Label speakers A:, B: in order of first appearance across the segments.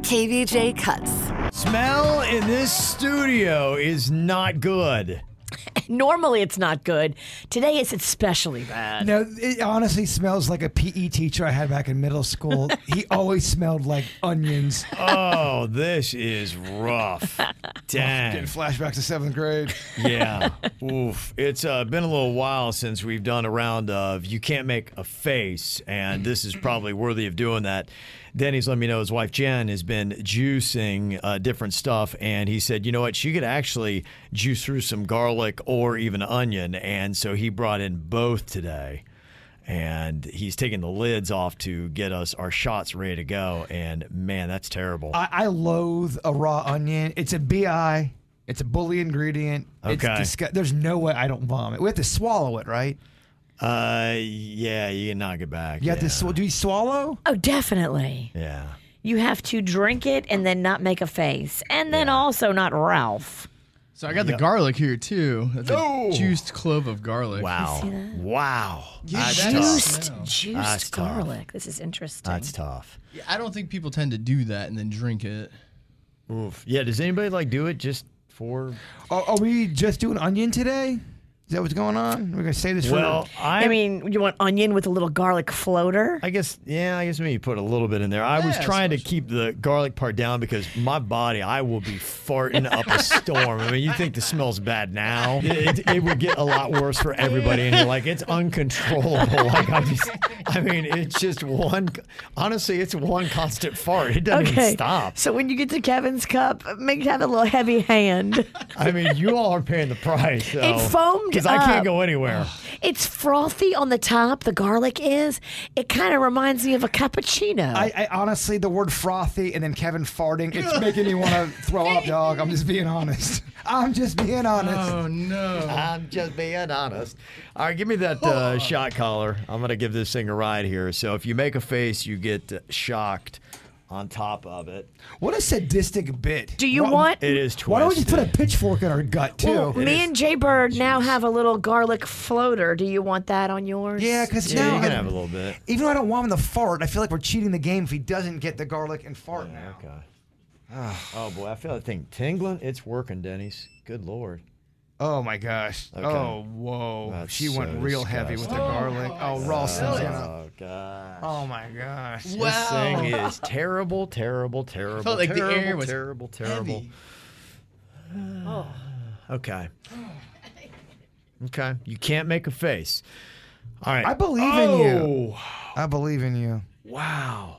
A: KVJ cuts.
B: Smell in this studio is not good.
C: Normally it's not good. Today it's especially bad.
D: No, it honestly smells like a PE teacher I had back in middle school. he always smelled like onions.
B: Oh, this is rough. Dang.
D: Getting flashbacks to seventh grade.
B: Yeah. Oof. It's uh, been a little while since we've done a round of You Can't Make a Face, and this is probably worthy of doing that. Denny's let me know his wife Jen has been juicing uh, different stuff, and he said, you know what, she could actually juice through some garlic or even onion, and so he brought in both today. And he's taking the lids off to get us our shots ready to go. And man, that's terrible.
D: I, I loathe a raw onion. It's a bi. It's a bully ingredient. It's
B: Okay.
D: disgu- There's no way I don't vomit. We have to swallow it, right?
B: Uh, yeah, you can knock it back.
D: You
B: yeah.
D: have to. Sw- do we swallow?
C: Oh, definitely.
B: yeah.
C: You have to drink it and then not make a face. And then also not Ralph.
E: So I got the garlic here too. That's
B: No.
E: a juiced clove of garlic.
B: Wow. Wow. That's tough.
C: Juiced, juiced
B: That's tough.
C: garlic. This is interesting.
B: That's tough.
E: Yeah, I don't think people tend to do that and then drink it.
B: Oof. Yeah, does anybody like do it just for
D: Are, are we just doing onion today? Is that what's going on? We're gonna say this
B: Well, I,
C: I mean, you want onion with a little garlic floater?
B: I guess yeah, I guess maybe put a little bit in there. I was
E: Yeah,
B: trying to keep the garlic part down because my body, I will be farting up a storm. I mean, you think the smell's bad now? It, it, it would get a lot worse for everybody, and you're like, it's uncontrollable. Like I'm just, I mean, it's just one. Honestly, it's one constant fart. It doesn't even stop.
C: So when you get to Kevin's cup, make have a little heavy hand.
B: I mean, you all are paying the price. So,
C: foamed
B: because I can't
C: up.
B: go anywhere.
C: it's frothy on the top. The garlic is. It kind of reminds me of a cappuccino.
D: I, I honestly, the word frothy and then Kevin farting, it's making me want to throw up, dog. I'm just being honest. I'm just being honest.
E: Oh no.
B: I'm just being honest. All right, give me that uh, shot collar. I'm going to give this thing a ride here. So if you make a face, you get uh, shocked on top of it.
D: What a sadistic bit.
C: Do you
D: Why-
C: want?
B: It is twisted.
D: Why don't we just put a pitchfork in our gut too?
C: Well, me and Jay Bird now have a little garlic floater. Do you want that on yours?
D: yeah, because
B: Yeah,
D: now
B: you can
D: I-
B: have a little bit.
D: even though I don't want him to fart, I feel like we're cheating the game if he doesn't get the garlic and fart now.
B: Okay. Oh, boy. I feel that thing tingling. It's working, Denny's. Good Lord.
D: Oh my gosh. Oh whoa.
B: That's
D: she went
B: so
D: real heavy with the garlic. Oh, raw Susanna.
B: Oh, God.
D: Oh my gosh.
B: This thing is terrible, terrible, terrible.
E: Felt like the
B: terrible,
E: air was
B: terrible, terrible.
E: heavy. Oh.
B: Okay. Okay. You can't make a face. All right.
D: I believe in you.
B: Oh.
D: I believe in you.
B: Wow.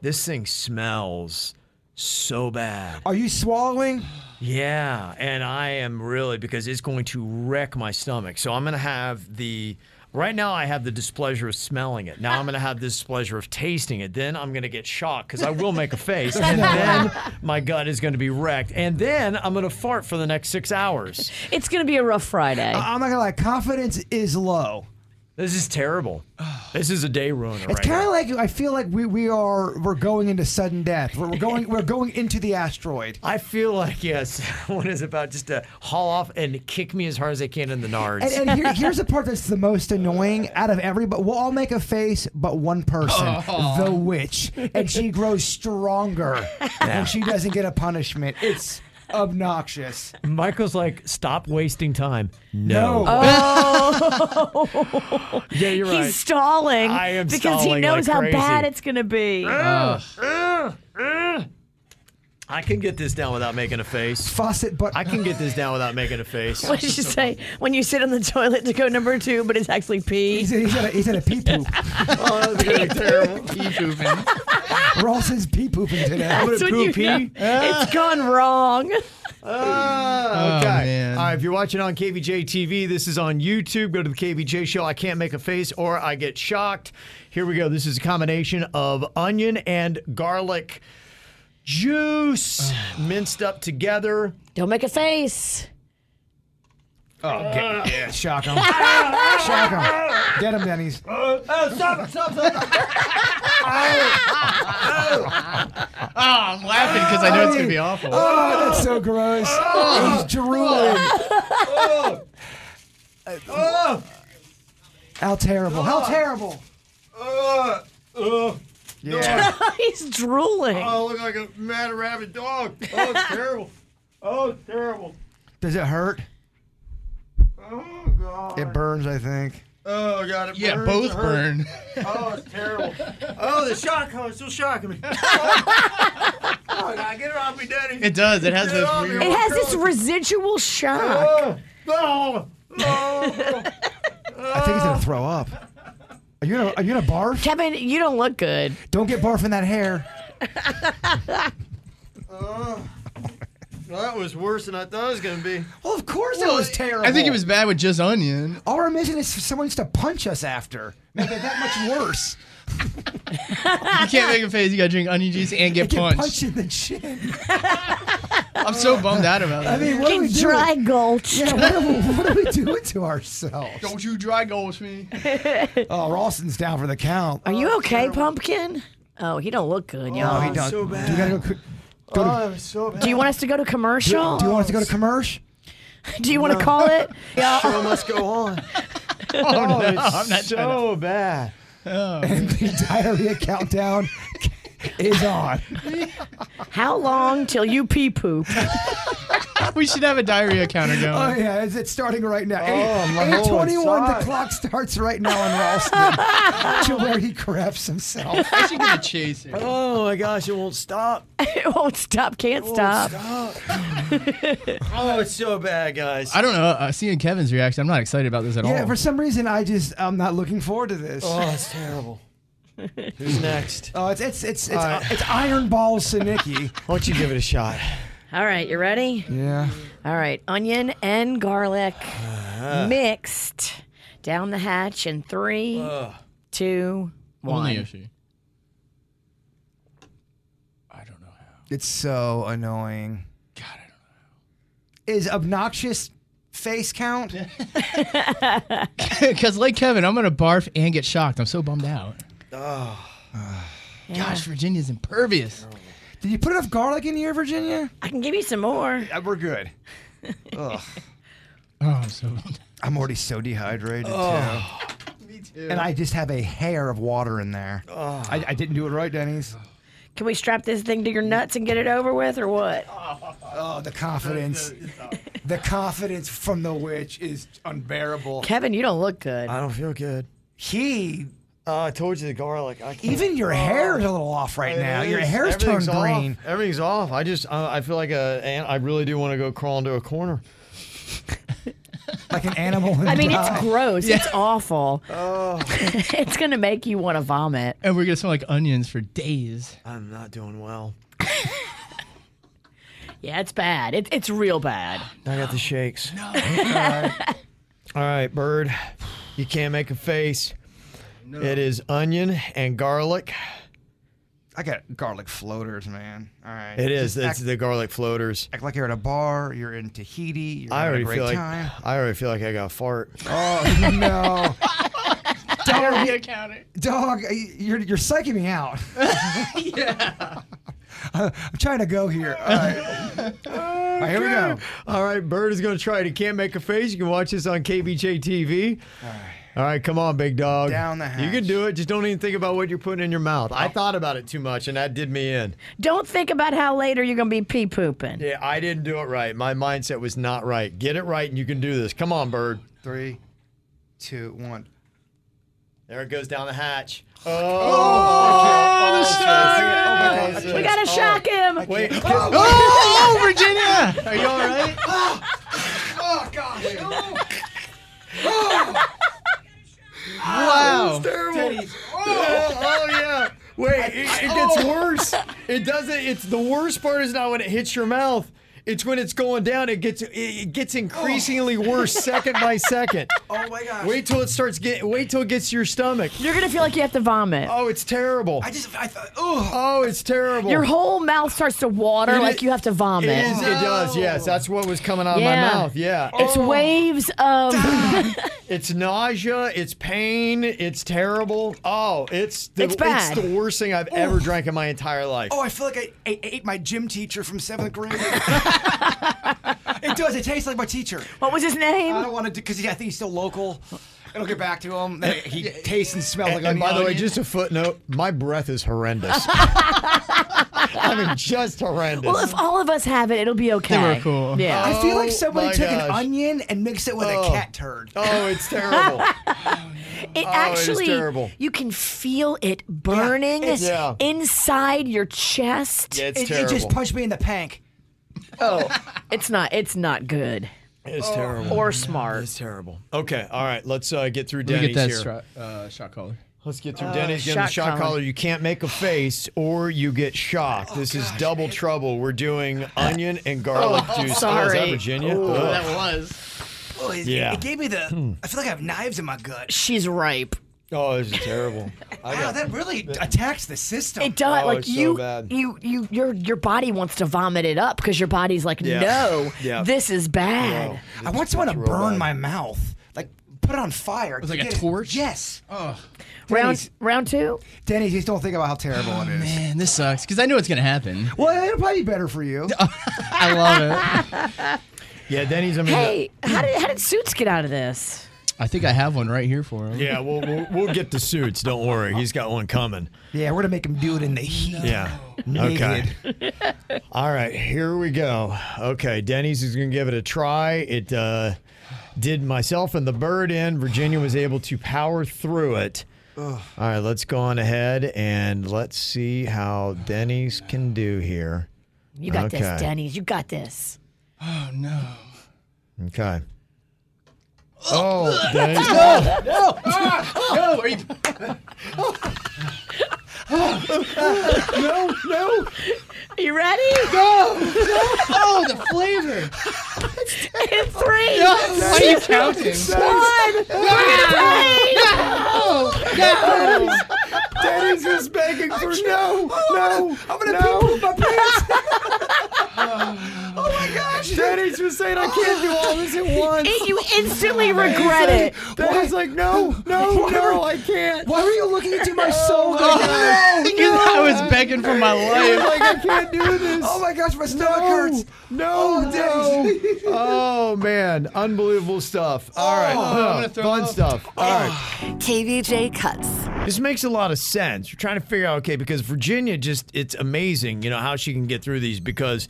B: This thing smells so bad.
D: Are you swallowing?
B: Yeah, and I am really because it's going to wreck my stomach. So I'm going to have the right now I have the displeasure of smelling it. Now I'm going to have the displeasure of tasting it. Then I'm going to get shocked cuz I will make a face and then my gut is going to be wrecked. And then I'm going to fart for the next 6 hours.
C: It's going to be a rough Friday.
B: Ah,
D: I- I'm not gonna lie, confidence is low.
B: This is terrible. This is a day ruiner
D: It's
B: right now.
D: kind of like I feel like we, we are we're going into sudden death. We're, we're going we're going into the asteroid.
B: I feel like yes, someone is about just to haul off and kick me as hard as they can in the nards.
D: And, and here, here's the part that's the most annoying out of everybody. We'll all make a face, but one person, the witch, and she grows stronger, and she doesn't get a punishment. It's obnoxious.
B: Michael's like, stop wasting time. No.
D: Uh,
B: Oh. yeah, you're
C: He's
B: right.
C: stalling
B: I am
C: because he
B: stalling
C: knows
B: like
C: how
B: crazy.
C: bad it's going to be.
B: I can get this down without making a face.
D: Faucet, but
B: I can get this down without making a face.
C: what did you say when you sit on the toilet to go number two, but it's actually pee?
D: he's, he's at a, he's at a pee poop.
B: Oh, that's gonna be terrible.
E: Pee pooping.
D: Ross is pee pooping today.
B: I'm
C: That's
B: gonna
C: when you
B: poop pee.
C: know It's gone wrong.
B: Ah,
E: Oh,
B: okay.
E: man.
B: All right. If you're watching on KVJ TV, this is on YouTube. Go to the KVJ show. I can't make a face or I get shocked. Here we go. This is a combination of onion and garlic juice minced up together.
C: Don't make a face.
D: Yeah, shock him. shock him. Get him, Denny's.
E: I'm laughing because I know it's gonna be awful.
D: Oh, that's so gross. He's drooling. How terrible. How terrible.
E: Yeah.
C: He's drooling.
D: Oh,
B: I Oh, look like a mad rabid dog. Oh, it's terrible. Oh, it's terrible.
D: Does it hurt?
B: Oh, God.
D: It burns, I think.
B: Oh, God. It
E: Yeah,
B: burns. It
E: both
B: hurts.
E: burn.
B: Oh, it's terrible. Oh, the shock collar still shocking me. Oh, oh, God, get it off me, Daddy.
E: It does. It has
B: Get
E: this
B: off
E: weird.
B: me.
C: it has this residual shock.
B: Oh, oh, oh.
D: I think he's gonna throw up. Are you gonna, are you gonna barf?
C: Oh. Kevin, you don't look good.
D: Don't get barf in that hair.
B: that was worse than I thought it was going to be.
D: Well, of course it
E: Well,
D: was terrible.
E: I think it was bad with just onion.
D: All we're missing is someone just to punch us after. Make it that much worse.
E: You can't make a face. You got to drink onion juice and get
D: Get punched.
E: punched.
D: in the chin.
E: I'm so bummed out about
D: I
E: that.
D: mean, what are we
C: Fucking
D: doing?
C: dry gulch.
D: Yeah, what, are we, what are we doing to ourselves?
E: Don't you dry ghost me.
D: Oh, Ralston's down for the count.
C: Are you okay, Pumpkin? Oh, he don't look good,
D: Oh,
C: y'all.
D: he done.
B: so
D: Do you gotta go. co- go to-
B: I'm so bad.
C: do you want us to go to commercial?
D: do you want us to go to commercial?
C: Do you want to call it?
B: show must go on.
E: Oh, no,
B: it's
E: I'm not trying
B: so bad.
D: Oh. The diarrhea countdown is on.
C: How long till you pee poop?
E: to- We should have a diarrhea counter going.
D: Oh yeah, it's, it's starting right now.
B: Oh, my
D: Eight-
B: whole
D: 8:21. The
B: inside.
D: clock starts right now on Ralston to where he craps himself.
E: I should get a chaser.
B: Oh my gosh, it won't stop.
C: it won't stop. Can't stop.
B: Oh, it's so bad, guys.
E: I don't know. Uh, seeing Kevin's reaction, I'm not excited about this at
D: Yeah,
E: all.
D: for some reason I just I'm not looking forward to this.
B: Oh, it's terrible. Who's next?
D: Oh, it's it's it's it's,
B: All right.
D: it's Iron Balls Sinicky.
B: Why don't you give it a shot?
C: All right, you ready?
D: yeah.
C: All right, onion and garlic
D: Uh-huh.
C: mixed down the hatch in three, two, one.
E: Only issue. I don't know how.
D: It's so annoying.
E: God, I don't know.
D: Is obnoxious face count?
E: Because like Kevin, I'm gonna barf and get shocked. I'm so bummed out.
C: Yeah.
E: Ah. Gosh, Virginia's impervious.
D: Did you put enough garlic in here, Virginia?
C: I can give you some more.
B: Uh,
D: Yeah, we're good.
E: Oh, I'm so bummed.
D: I'm already so dehydrated
E: Me too.
D: too, and I just have a hair of water in there. I, I didn't do it right, Denny's.
C: Can we strap this thing to your nuts and get it over with, or what?
D: Oh, the confidence, the confidence from the witch is unbearable.
C: Kevin, you don't look good.
B: I don't feel good.
D: He,
B: Oh, I told you the garlic. I can't.
D: even your hair is a little off right
B: It
D: now. Your
B: is.
D: hair's
B: Everything's
D: turned
B: off.
D: green.
B: Everything's off. I just, uh, I feel like a, and I really do want to go crawl into a corner.
D: like an animal. in
C: I mean,
D: die.
C: it's gross. It's awful. it's gonna make you want to vomit.
E: And we're gonna smell like onions for days.
B: I'm not doing well.
C: Yeah, it's bad. It, it's real bad.
B: I got the shakes. No. All right. All right, Bird. You can't make a face. It is onion and garlic.
D: I got garlic floaters, man. All right.
B: It is.
D: Just
B: It's
D: act,
B: the garlic floaters.
D: act like you're at a bar. You're in Tahiti. You're
B: I
D: having
B: already
D: a great
B: feel like
D: time.
B: I already feel like I got a fart.
D: Oh no,
E: Diarrhea counter.
D: dog! You're you're psyching me out. yeah. I'm trying to go here. All right. All right, here we go.
B: All right, Bird is going to try it. He can't make a face. You can watch this on KBJ TV. All right. come on, big dog.
D: Down the
B: You can
D: hatch.
B: do it. Just don't even think about what you're putting in your mouth. I thought about it too much, and that did me in.
C: Don't think about how later you're gonna be pee pooping.
B: Yeah, I didn't do it right. My mindset was not right. Get it right, and you can do this. Come on, Bird.
D: Three, two, one.
B: There it goes down the hatch. Oh, the
C: We gotta shock him.
B: Wait.
E: Oh, Virginia! Are you all right?
D: Oh gosh!
E: Oh. Wow.
B: terrible. Oh, oh, yeah. Wait, it, it
E: Oh.
B: gets worse. It doesn't. It's the worst part is not when it hits your mouth. It's when it's going down. It gets it, it
E: Oh.
B: gets increasingly worse second by second.
D: Oh my gosh!
B: Wait till it starts get. Wait till it gets to your stomach.
C: You're gonna feel like you have to vomit.
B: Oh, it's terrible.
D: I just I thought. Oh.
B: Oh, it's terrible.
C: Your whole mouth starts to water
B: It
C: like
B: is-
C: you have to vomit.
B: it is. It does. Yes, that's what was coming out
C: Yeah. Oh.
B: of my mouth. Yeah.
C: It's waves of.
B: It's nausea. It's pain. It's terrible. Oh, it's the,
C: It's bad.
B: the worst thing I've ever drank in my entire life.
D: Oh, I feel like I, I ate my gym teacher from seventh grade. it does. It tastes like my teacher.
C: What was his name?
D: I don't want to because I think he's still local. It'll get back to him. Then He tastes and smells like
B: And,
D: oh,
B: and by
D: onion.
B: the way, just a footnote: my breath is horrendous. I mean, just horrendous.
C: Well, if all of us have it, it'll be okay.
E: were cool.
C: Yeah.
D: I feel like
B: Oh
D: somebody
B: my
D: took an
B: gosh.
D: onion and mixed it with
B: Oh.
D: a cat turd.
B: oh, it's terrible.
C: It
B: Oh. it is
C: actually,
B: terrible.
C: you can feel it burning
D: it's-
B: Yeah.
C: inside your chest.
B: Yeah, it's
D: It, it
B: terrible.
D: just punched me in the pank.
C: Oh, it's not. It's not good
B: it's
D: Oh.
B: terrible.
C: or smart.
B: It's terrible. Okay, all right. Let's uh, get through
E: Let me
B: Denny's
E: get that
B: here.
E: stra- uh, shot collar.
B: Let's get through Denny's. Get
C: shot
B: the shot collar.
C: collar.
B: You can't make a face, or you get shocked. this is double trouble. We're doing onion and garlic juice. Oh, is that
C: sorry.
B: Virginia?
C: Ooh,
B: Ugh.
E: That was.
D: Oh, it,
B: Yeah. Hmm.
D: it gave me the. I feel like I have knives in my gut.
C: She's ripe.
B: Oh, this is terrible. I
D: Wow,
B: got
D: that really attacks the system.
C: It does.
B: Oh,
C: like
B: it's so
C: you,
B: bad.
C: you, you, your your body wants to vomit it up because your body's like,
B: Yeah.
C: no,
B: Yeah.
C: this is bad.
D: I want someone to
B: real
D: burn
B: bad.
D: my mouth, like put it on fire.
E: like a
D: Get it-
E: torch? Oh.
D: Yes.
C: Round
D: Denny's-
C: round two.
D: Denny, just don't think about how terrible it is.
E: Oh, Man, this sucks because I knew it's gonna happen.
D: Well, it'll probably be better for you.
E: I love it.
B: yeah, Denny's. I mean,
C: Hey, how did how did Suits get out of this?
E: I think I have one right here for him.
B: yeah, we'll, we'll we'll get the suits. Don't worry, he's got one coming.
D: yeah, we're gonna make him do it in the heat.
B: Yeah. Okay. All right, here we go. Okay, Denny's is going to give it a try. It uh, did myself and the bird in. Virginia was able to power through it. All right, let's go on ahead and let's see how Denny's can do here.
C: You got
B: Okay.
C: this, Denny's. You got this.
E: Oh no.
B: Okay. Oh, Denny's. Oh,
E: No, Oh, are you?
B: no, no.
C: Are you ready?
E: Oh, the flavor.
C: In three,
E: Why are you counting?
C: one, three.
B: Denny's is begging for no, no.
D: I'm gonna no. pee poop my pants. Oh
B: Denny's was saying I can't do all this at once.
C: And you instantly regret it.
B: Denny's like, no, no, no, I can't.
D: Why were you looking into my soul? Oh,
E: I was begging for my
B: He's
E: life.
B: like, I can't do this.
D: oh my gosh, my stomach hurts.
B: No,
D: Oh,
B: no. oh man, unbelievable stuff. All right,
E: Oh. I'm gonna throw
B: fun
E: up.
B: stuff. All right,
A: KVJ cuts.
B: this makes a lot of sense. You're trying to figure out, okay, because Virginia just—it's amazing, you know, how she can get through these because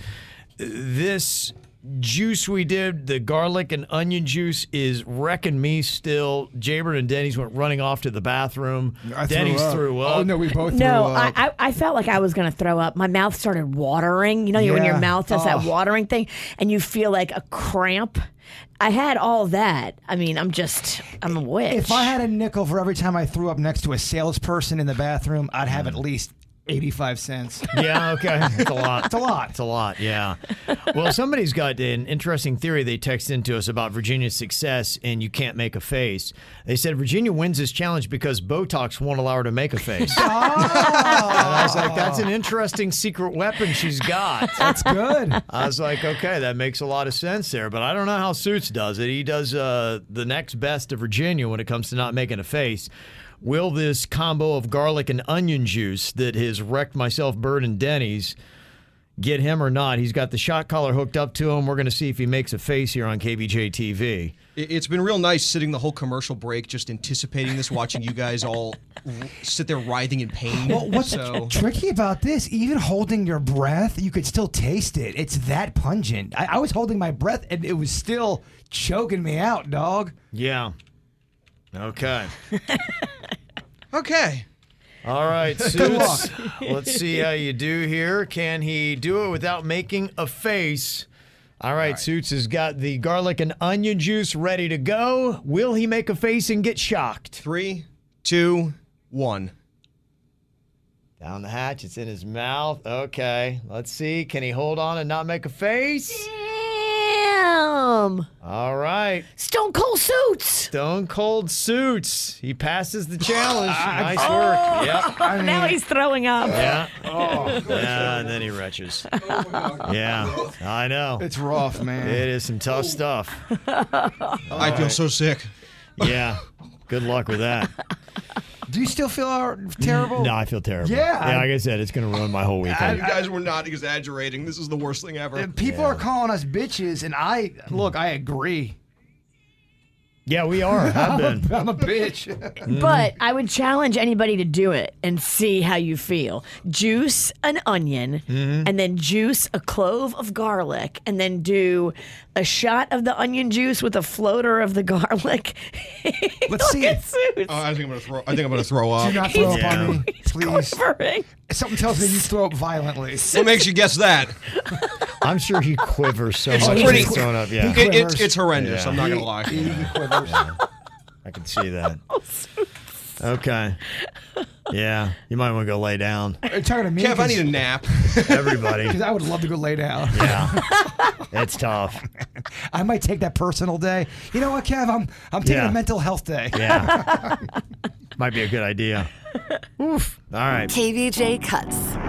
B: this. Juice we did the garlic and onion juice is wrecking me still. Jaybird and Denny's went running off to the bathroom. Denny's threw up.
D: Oh no, we both
C: No,
D: threw
C: I,
D: up.
C: I I felt like I was gonna throw up. My mouth started watering. You know, you when your
D: Yeah.
C: mouth does that watering thing, and you feel like a cramp. I had all that. I mean, I'm just, I'm a witch.
D: if I had a nickel for every time I threw up next to a salesperson in the bathroom, I'd have at least eighty-five cents.
B: Yeah, okay. It's a lot.
D: It's a lot.
B: It's a lot, yeah. Well, somebody's got an interesting theory they texted into us about Virginia's success and you can't make a face. They said Virginia wins this challenge because Botox won't allow her to make a face. and I was like, that's an interesting secret weapon she's got.
D: That's good.
B: I was like, okay, that makes a lot of sense there, but I don't know how Suits does it. He does uh, the next best to Virginia when it comes to not making a face. Will this combo of garlic and onion juice that has wrecked myself, Bird, and Denny's get him or not? He's got the shot collar hooked up to him. We're going to see if he makes a face here on KBJ TV.
F: It- It's been real nice sitting the whole commercial break, just anticipating this, watching you guys all r- sit there writhing in pain.
D: Well, what's
F: so?
D: tricky about this? Even holding your breath, you could still taste it. It's that pungent. I, I was holding my breath, and it was still choking me out, dog.
B: Yeah. Okay.
F: Okay.
B: All right, Suits. let's see how you do here. Can he do it without making a face? All right, Suits has got the garlic and onion juice ready to go. Will he make a face and get shocked?
F: Three, two, one.
B: Down the hatch, it's in his mouth. Okay, let's see. Can he hold on and not make a face?
C: Damn.
B: All right,
C: Stone Cold Suits.
B: Stone Cold Suits. He passes the challenge. nice work. Yep.
C: now he's throwing up.
B: Yeah. yeah, and then he retches. Yeah, I know.
D: It's rough, man.
B: It is some tough stuff.
F: I feel so sick.
B: Yeah. Good luck with that.
D: Do you still feel our, terrible?
F: Oh.
B: No, I feel terrible.
D: Yeah.
B: like I said, it's going to ruin my whole
F: You
B: weekend.
F: guys were not exaggerating. This is the worst
D: Uh,
F: thing ever.
D: People are calling us bitches, and I look. I agree.
B: Yeah, we are. I've been.
D: I'm a bitch.
C: But I would challenge anybody to do it and see how you feel. Juice an onion
D: Mm-hmm.
C: and then juice a clove of garlic and then do a shot of the onion juice with a floater of the garlic.
D: Let's see.
C: Look at Suits.
F: Uh,
E: Oh, I think I'm gonna throw. I think I'm gonna throw up.
D: Do not throw up
B: Yeah.
D: on me, please.
C: Quivering.
D: Something tells me you throw up violently.
F: What makes you guess that?
B: I'm sure he quivers so
F: It's
B: much. when
F: pretty-
B: he's thrown up. Yeah,
F: It, it's it's horrendous.
B: Yeah.
F: I'm not gonna lie.
B: I can see that.
F: Oh,
B: Okay. Yeah, you might want to go lay down,
D: Are you talking to me?
F: Kev, I need a nap.
B: everybody.
D: Because I would love to go lay down.
B: Yeah, it's tough.
D: I might take that personal day. You know what, Kev? I'm I'm taking
B: Yeah.
D: a mental health day.
B: Yeah, might be a good idea. Oof. All right.
A: KVJ Cuts.